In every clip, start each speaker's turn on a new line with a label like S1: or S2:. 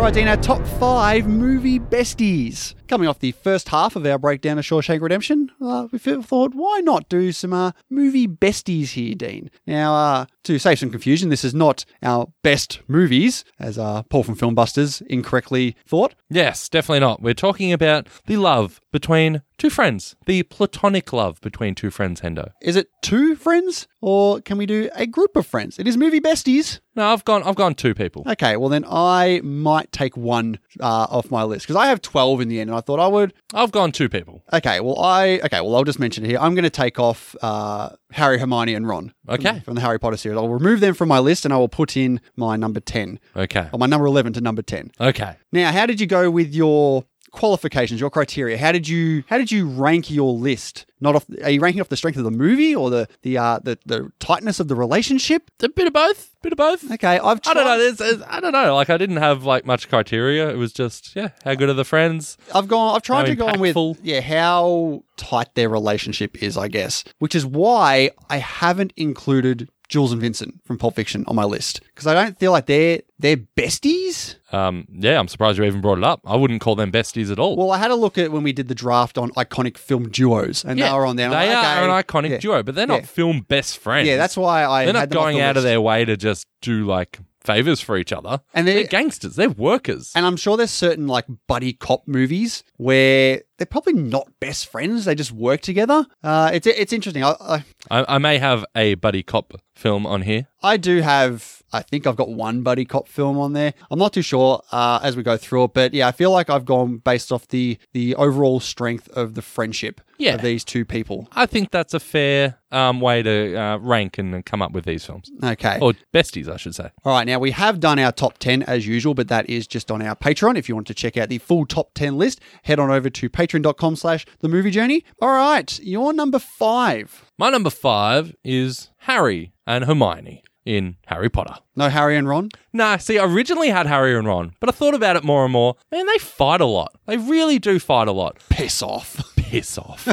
S1: Right, Dino, top five movie besties. Coming off the first half of our breakdown of Shawshank Redemption, uh, we f- thought, why not do some uh, movie besties here, Dean? Now, uh, to save some confusion, this is not our best movies, as uh, Paul from Filmbusters incorrectly thought.
S2: Yes, definitely not. We're talking about the love between two friends, the platonic love between two friends, Hendo.
S1: Is it two friends, or can we do a group of friends? It is movie besties.
S2: No, I've gone. I've gone two people.
S1: Okay, well then I might take one uh, off my list because I have twelve in the end, and I thought I would.
S2: I've gone two people.
S1: Okay, well I okay, well I'll just mention it here. I'm going to take off uh, Harry, Hermione, and Ron. from-
S2: Okay.
S1: from, the Harry Potter series. I'll remove them from my list, and I will put in my number ten
S2: Okay.
S1: or my number eleven to number ten.
S2: Okay.
S1: Now, how did you go with your qualifications, your criteria? How did you how did you rank your list? Not off. Are you ranking off the strength of the movie or the the uh, the, the tightness of the relationship?
S2: A bit of both. Bit of both.
S1: Okay, I've
S2: I
S1: tried,
S2: don't know. There's, there's- I don't know. Like I didn't have like much criteria. It was just yeah, how good are the friends?
S1: I've gone. I've tried
S2: How
S1: to go on with
S2: impactful.
S1: yeah how tight their relationship is, I guess, which is why I haven't included Jules and Vincent from Pulp Fiction on my list because I don't feel like they're they're besties.
S2: Um, yeah, I'm surprised you even brought it up. I wouldn't call them besties at all.
S1: Well, I had a look at when we did the draft on iconic film duos, and
S2: yeah,
S1: they were on there. and I'm
S2: They
S1: like,
S2: are
S1: okay,
S2: an iconic
S1: yeah.
S2: duo, but they're not
S1: Yeah.
S2: film best friends.
S1: Yeah, that's why I
S2: they're
S1: had
S2: not
S1: them off
S2: going
S1: the
S2: out of
S1: list.
S2: their way to just do like favors for each other.
S1: And
S2: they're,
S1: they're-
S2: gangsters. They're workers.
S1: And I'm sure there's certain like buddy cop movies where they're probably not best friends. They just work together. Uh, it's it's interesting. I, I
S2: I, I may have a buddy cop film on here.
S1: I do have. I think I've got one buddy cop film on there. I'm not too sure uh, as we go through it, but yeah, I feel like I've gone based off the the overall strength of the friendship
S2: Yeah.
S1: of these two people.
S2: I think that's a fair um, way to uh, rank and come up with these films
S1: Okay.
S2: or besties, I should say.
S1: All right, now we have done our top 10 as usual, but that is just on our Patreon. If you want to check out the full top 10 list, head on over to patreon.com slash the movie journey. All right, your number five.
S2: My number five is Harry and Hermione in Harry Potter.
S1: No Harry and Ron?
S2: Nah, see, I originally had Harry and Ron, but I thought about it more and more. Man, they fight a lot. They really do fight a lot.
S1: Piss off.
S2: Piss off.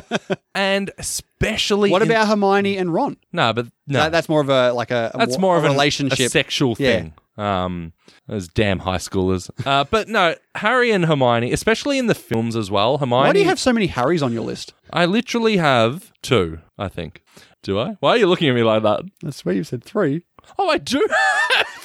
S2: and especially.
S1: What
S2: in-
S1: about Hermione and Ron?
S2: No, but no.
S1: That- that's more of a like a, a
S2: that's
S1: wa-
S2: more of
S1: a
S2: an-
S1: relationship.
S2: a sexual
S1: Yeah.
S2: thing. Um, those damn high schoolers. Uh, but no, Harry and Hermione, especially in the films as well. Hermione,
S1: Why do you have so many Harrys on your list?
S2: I literally have two. I think. Do I? Why are you looking at me like that?
S1: That's where you said three.
S2: Oh, I do.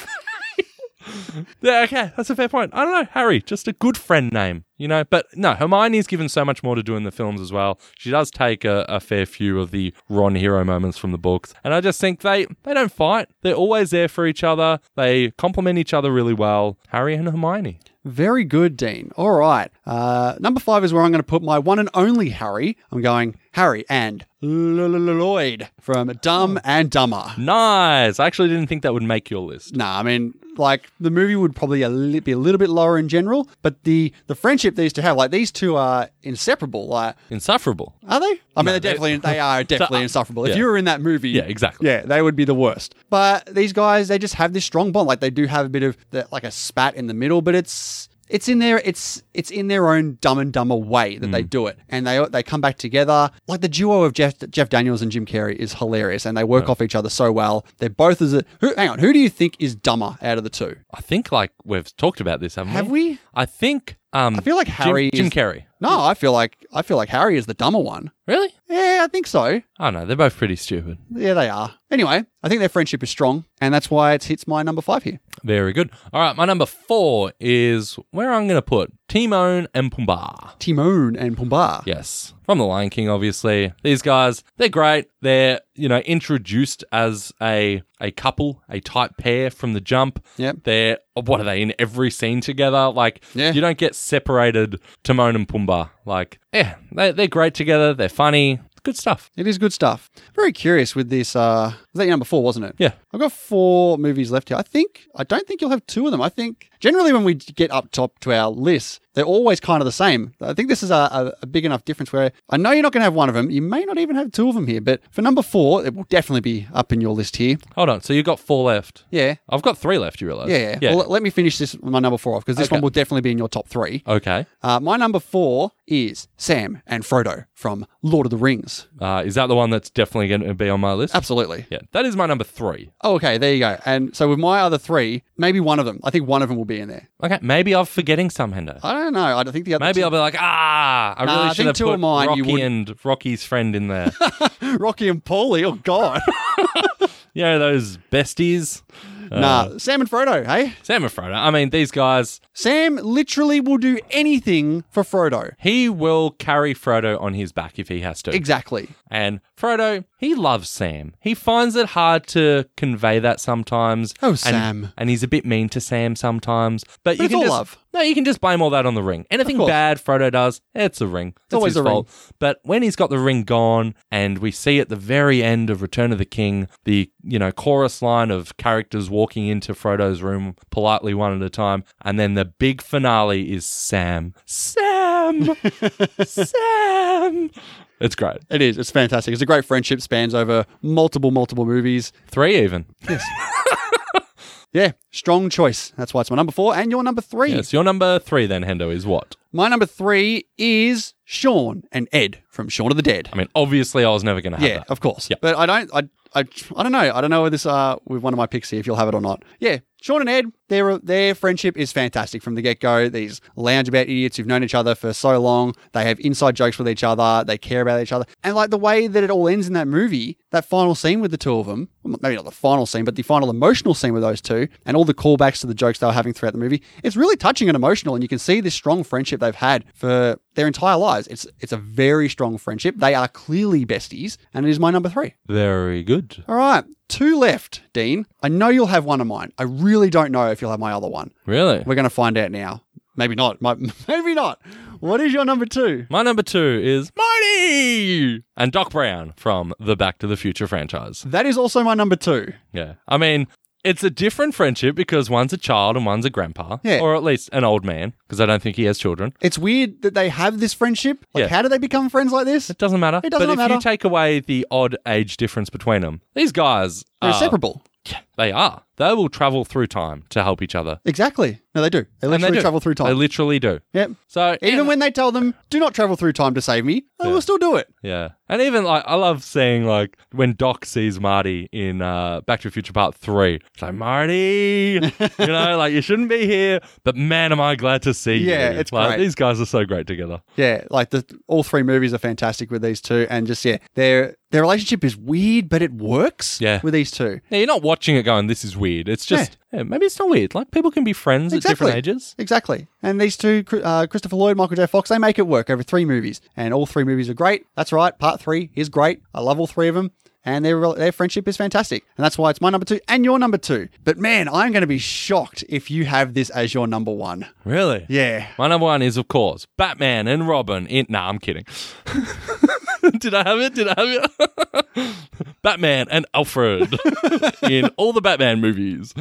S2: have- yeah, okay, that's a fair point. I don't know, Harry, just a good friend name, you know. But no, Hermione's given so much more to do in the films as well. She does take a, a fair few of the Ron hero moments from the books, and I just think they they don't fight. They're always there for each other. They complement each other really well. Harry and Hermione.
S1: Very good, Dean. All right. Uh, number five is where I'm going to put my one and only Harry. I'm going Harry and Lloyd from Dumb and Dumber.
S2: Nice. I actually didn't think that would make your list.
S1: Nah, I mean, like the movie would probably a li- be a little bit lower in general, but the the friendship they used to have, like these two are inseparable. Like,
S2: Insufferable.
S1: are they? I mean, they're definitely they are definitely insufferable. If
S2: yeah.
S1: you were in that movie,
S2: Yeah, exactly.
S1: yeah, they would be the worst. But these guys, they just have this strong bond. Like they do have a bit of the, like a spat in the middle, but it's it's in their it's it's in their own dumb and dumber way that they do it, and they they come back together. Like the duo of Jeff Jeff Daniels and Jim Carrey is hilarious, and they work off each other so well. They're both as a who, hang on. Who do you think is dumber out of the two?
S2: I think like we've talked about this, haven't
S1: Have
S2: we?
S1: we?
S2: I think. Um, I
S1: feel like Harry
S2: Jim,
S1: is-
S2: Jim Carrey.
S1: No, I feel like I feel like Harry is the dumber one.
S2: Really?
S1: Yeah, I think so.
S2: I don't know. They're both pretty stupid.
S1: Yeah, they are. Anyway, I think their friendship is strong, and that's why it hits my number five here.
S2: Very good. All right, my number four is where I'm going to put Timon and Pumbaa.
S1: Timon and Pumbaa.
S2: Yes, from The Lion King, obviously. These guys, they're great. They're you know introduced as a a couple, a type pair from the jump.
S1: Yep.
S2: They're what are they in every scene together? Like
S1: Yeah.
S2: you don't get separated. Timon and Pumbaa. Like yeah, they, they're great together. They're funny. Good stuff.
S1: It is good stuff. Very curious with this. Uh, was that your number four, wasn't it?
S2: Yeah.
S1: I've got four movies left here. I think I don't think you'll have two of them. I think generally when we get up top to our list, they're always kind of the same. I think this is a, a, a big enough difference where I know you're not going to have one of them. You may not even have two of them here, but for number four, it will definitely be up in your list here.
S2: Hold on. So you got four left.
S1: Yeah.
S2: I've got three left. You realize?
S1: Yeah, yeah. Well, let me finish this my number four off because this
S2: Okay.
S1: one will definitely be in your top three.
S2: okay.
S1: Uh, my number four is Sam and Frodo from Lord of the Rings.
S2: Uh, is that the one that's definitely going to be on my list?
S1: Absolutely.
S2: Yeah, then. That is my number three.
S1: Oh, okay, there you go. And so with my other three, maybe one of them. I think one of them will be in there.
S2: Okay, maybe I'm forgetting some, Hendo.
S1: I don't know. I don't think the other.
S2: Maybe
S1: two-
S2: I'll be like, ah, I
S1: Uh, Nah,
S2: really
S1: I
S2: should
S1: think
S2: have
S1: two
S2: put
S1: of mine you
S2: Rocky
S1: would-
S2: and Rocky's friend in there.
S1: Rocky and Paulie. Oh God,
S2: you know, those besties.
S1: nah. Sam and Frodo. Hey,
S2: Sam and Frodo. I mean, these guys,
S1: Sam literally will do anything for Frodo.
S2: he will carry Frodo on his back if he has to.
S1: Exactly.
S2: And Frodo, he loves Sam. He finds it hard to convey that sometimes.
S1: Oh,
S2: and,
S1: Sam.
S2: And he's a bit mean to Sam sometimes. But, you
S1: it's
S2: can
S1: all
S2: just,
S1: love.
S2: No, you can just blame all that on the ring. Anything
S1: course.
S2: bad Frodo does, it's a ring. It's
S1: always
S2: his
S1: a ring.
S2: fault. But when he's got the ring gone, and we see at the very end of Return of the King the you know chorus line of characters walking into Frodo's room politely one at a time, and then the big finale is Sam. Sam, Sam. It's great.
S1: It is. It's fantastic. It's a great friendship. Spans over multiple, multiple movies.
S2: Three even.
S1: Yeah, strong choice. That's why it's my number four and your number three.
S2: Yes, your number three then, Hendo, is what?
S1: My number three is Sean and Ed from Shaun of the Dead.
S2: I mean, obviously, I was never going to have
S1: yeah,
S2: that.
S1: of course. But I don't. I, I I don't know. I don't know whether this uh with one of my picks here if you'll have it or not. Yeah, Sean and Ed, their their friendship is fantastic from the get go. These loungeabout idiots who've known each other for so long, they have inside jokes with each other. They care about each other, and like the way that it all ends in that movie, that final scene with the two of them. well, Maybe not the final scene, but the final emotional scene with those two, and all the callbacks to the jokes they were having throughout the movie. It's really touching and emotional, and you can see this strong friendship they've had for their entire lives. It's it's a very strong friendship. They are clearly besties, and it is my number three.
S2: Very good.
S1: All right, two left, Dean. I know you'll have one of mine. I really don't know if you'll have my other one.
S2: Really?
S1: We're going to find out now. Maybe not. My, maybe not. What is your number two?
S2: My number two is Marty and Doc Brown from the Back to the Future franchise.
S1: That is also my number two.
S2: Yeah. I mean, it's a different friendship because one's a child and one's a grandpa,
S1: Yeah.
S2: or at least an old man, because I don't think he has children.
S1: It's weird that they have this friendship. Like,
S2: Yeah.
S1: how do they become friends like this?
S2: It doesn't matter.
S1: It does
S2: but
S1: not
S2: if
S1: matter.
S2: you take away the odd age difference between them, these guys
S1: They're
S2: are,
S1: inseparable.
S2: they are. They will travel through time to help each other.
S1: Exactly. No, they do. They
S2: And
S1: literally
S2: they do.
S1: travel through
S2: They
S1: time.
S2: literally do.
S1: yep.
S2: So
S1: Even when they tell them, do not travel through time to save me, they will still do it.
S2: Yeah. And even like I love seeing like when Doc sees Marty in uh Back to the Future Part Three. It's like Marty You know, like you shouldn't be here, but man am I glad to see you.
S1: Yeah, it's
S2: like,
S1: great.
S2: These guys are so great together.
S1: Yeah, like the all three movies are fantastic with these two, and just yeah, their their relationship is weird, but it works.
S2: Yeah.
S1: with these two,
S2: Yeah, you're not watching it going, This is weird. It's just yeah, maybe it's not weird. Like people can be friends at different
S1: Exactly.
S2: ages.
S1: exactly. And these two, Cri- uh, Christopher Lloyd, Michael J. Fox, they make it work over three movies, and all three movies are great. That's right, part three is great. I love all three of them, and their rel- their friendship is fantastic, and that's why it's my number two and your number two. But man, I'm going to be shocked if you have this as your number one.
S2: Really?
S1: Yeah,
S2: My number one is of course Batman and Robin in Nah, I'm kidding. Did I have it? Did I have it? Batman and Alfred in all the Batman movies.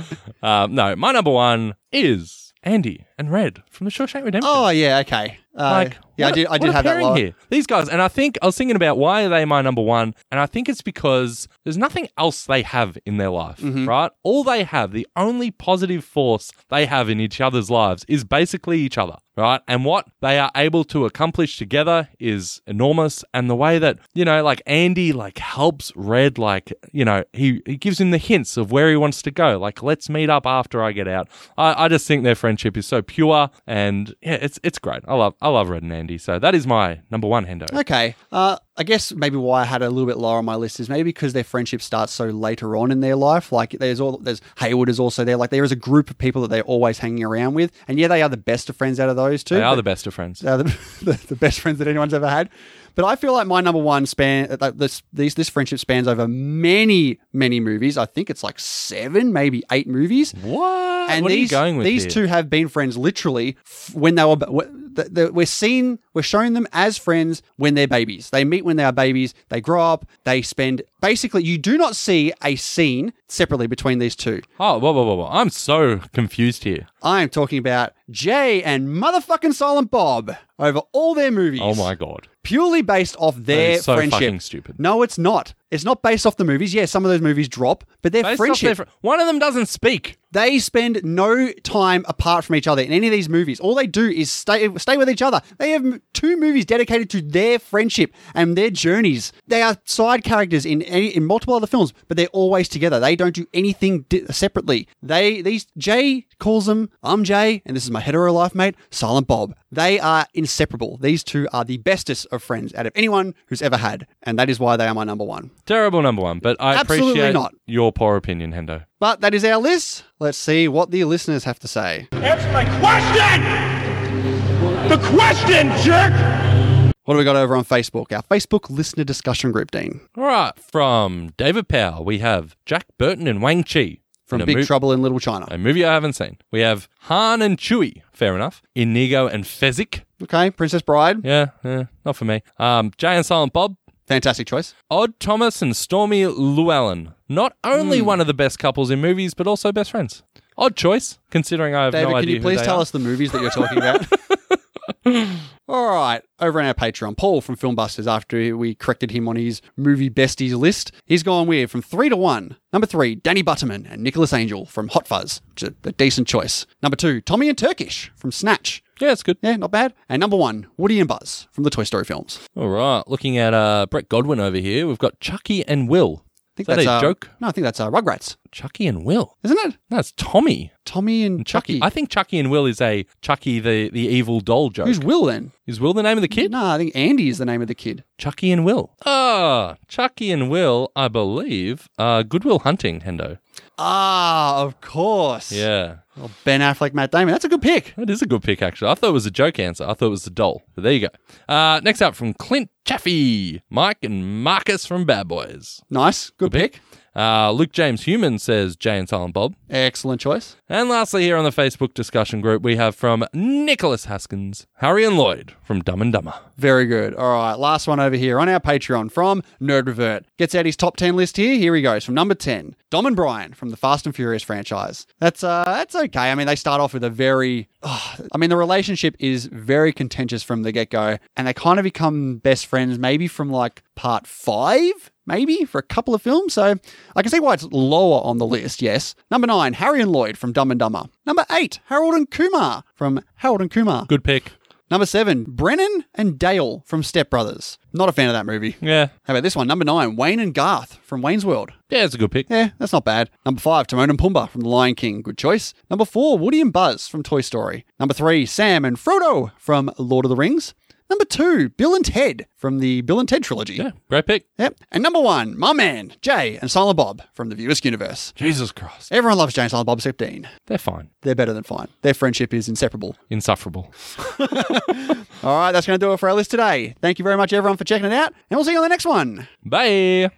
S2: Um, no, my number one is Andy and Red from the Shawshank Redemption.
S1: Oh yeah, okay. Uh,
S2: Like,
S1: yeah, I
S2: what a-
S1: did. I
S2: what
S1: did
S2: a
S1: have that
S2: pairing
S1: lower.
S2: here. These guys, and I think I was thinking about why are they my number one, and I think it's because there's nothing else they have in their life,
S1: Mm-hmm.
S2: right? All they have, the only positive force they have in each other's lives, is basically each other, right? And what they are able to accomplish together is enormous, and the way that you know, like Andy, like helps Red, like you know, he he gives him the hints of where he wants to go, like let's meet up after I get out. I, I just think their friendship is so pure, and yeah, it's it's great. I love I love Red and Andy, so that is my number one Hendo.
S1: Okay. Uh, I guess maybe why I had a little bit lower on my list is maybe because their friendship starts so later on in their life. Like there's all there's Hayward is also there. Like there is a group of people that they're always hanging around with, and yeah, they are the best of friends out of those two.
S2: They are
S1: but
S2: the best of friends.
S1: they're the, the, the best friends that anyone's ever had. But I feel like my number one span uh, like this these this friendship spans over many many movies. I think it's like seven, maybe eight movies.
S2: What?
S1: And
S2: what
S1: these,
S2: are you going with
S1: these
S2: here?
S1: two have been friends literally f- when they were. b- w- th- th- We're seen, we're showing them as friends when they're babies. They meet when they are babies. They grow up. They spend basically. You do not see a scene separately between these two.
S2: Oh, whoa, whoa, whoa, whoa! I'm so confused here.
S1: I am talking about Jay and motherfucking Silent Bob over all their movies.
S2: Oh my god.
S1: Purely based off their
S2: so
S1: friendship.
S2: fucking stupid.
S1: No, it's not. It's not based off the movies. Yeah, some of those movies drop, but their
S2: Based off
S1: friendship.
S2: their fr- One of them doesn't speak.
S1: They spend no time apart from each other in any of these movies. All they do is stay stay with each other. They have m- two movies dedicated to their friendship and their journeys. They are side characters in any, in multiple other films, but they're always together. They don't do anything di- separately. They these Jay calls them I'm Jay and this is my hetero life mate Silent Bob. They are inseparable. These two are the bestest of friends out of anyone who's ever had, and that is why they are my number one.
S2: Terrible number one, but I
S1: Absolutely
S2: appreciate
S1: not.
S2: your poor opinion, Hendo.
S1: But that is our list. Let's see what the listeners have to say.
S3: Answer my question! The question, jerk!
S1: What do we got over on Facebook? Our Facebook listener discussion group, Dean.
S2: All right, from David Powell, we have Jack Burton and Wang Chi
S1: From
S2: in a
S1: Big
S2: mo-
S1: Trouble in Little China.
S2: a movie I haven't seen. We have Han and Chewie, fair enough. Inigo and Fezzik,
S1: Okay, Princess Bride.
S2: yeah, yeah, not for me. Um, Jay and Silent Bob,
S1: Fantastic choice.
S2: Odd Thomas and Stormy Llewellyn. Not only
S1: Hmm.
S2: one of the best couples in movies, but also best friends. Odd choice, considering I have
S1: David,
S2: no
S1: can
S2: idea.
S1: you please
S2: who they
S1: tell
S2: are.
S1: us the movies that you're talking about? All right, over on our Patreon, Paul from Filmbusters, after we corrected him on his movie besties list, he's gone weird from three to one. Number three, Danny Butterman and Nicholas Angel from Hot Fuzz, which is a a decent choice. Number two, Tommy and Turkish from Snatch.
S2: Yeah, it's good.
S1: Yeah, not bad. And number one, Woody and Buzz from the Toy Story films.
S2: All right, looking at uh, Brett Godwin over here, we've got Chucky and Will.
S1: I think
S2: Is that
S1: that's
S2: a
S1: uh,
S2: joke?
S1: No, I think that's uh, Rugrats,
S2: Chucky and Will.
S1: isn't it?
S2: That's Tommy.
S1: Tommy and
S2: Chucky.
S1: Chucky.
S2: I think Chucky and Will is a Chucky the, the evil doll joke.
S1: Who's Will then?
S2: is Will the name of the kid?
S1: No, I think Andy is the name of the kid.
S2: Chucky and Will. Ah, Chucky and Will, I believe, uh, Goodwill Hunting, Hendo.
S1: Ah, of course.
S2: Yeah.
S1: Well, Oh, ben Affleck, Matt Damon. That's a good pick.
S2: That is a good pick, actually. I thought it was a joke answer. I thought it was the doll. But there you go. Uh, next up from Clint Chaffee, Mike and Marcus from Bad Boys.
S1: Nice. Good, pick.
S2: Uh, Luke James Human says Jay and Silent Bob.
S1: Excellent choice.
S2: And lastly, here on the Facebook discussion group, we have from Nicholas Haskins, Harry and Lloyd from Dumb and Dumber.
S1: Very good. All right. Last one over here on our Patreon from Nerd Revert. Gets out his top 10 list here. Here he goes from number 10, Dom and Brian from the Fast and Furious franchise. That's uh, that's okay. I mean, they start off with a very, ugh. I mean, the relationship is very contentious from the get go, and they kind of become best friends maybe from like part five. maybe for a couple of films. So I can see why it's lower on the list, yes. Number nine, Harry and Lloyd from Dumb and Dumber. Number eight, Harold and Kumar from Harold and Kumar.
S2: Good pick.
S1: Number seven, Brennan and Dale from Step Brothers. Not a fan of that movie.
S2: Yeah.
S1: How about this one? Number nine, Wayne and Garth from Wayne's World.
S2: Yeah, it's a good pick.
S1: Yeah, that's not bad. Number five, Timon and Pumbaa from The Lion King. Good choice. Number four, Woody and Buzz from Toy Story. Number three, Sam and Frodo from Lord of the Rings. Number two, Bill and Ted from the Bill and Ted trilogy.
S2: Yeah, great pick.
S1: Yep. And number one, my man, Jay and Silent Bob from the Viewers Universe.
S2: Jesus Christ.
S1: Everyone loves Jay and Silent Bob except Dean.
S2: They're fine.
S1: They're better than fine. Their friendship is inseparable.
S2: Insufferable.
S1: All right, that's going to do it for our list today. Thank you very much, everyone, for checking it out, and we'll see you on the next one.
S2: Bye.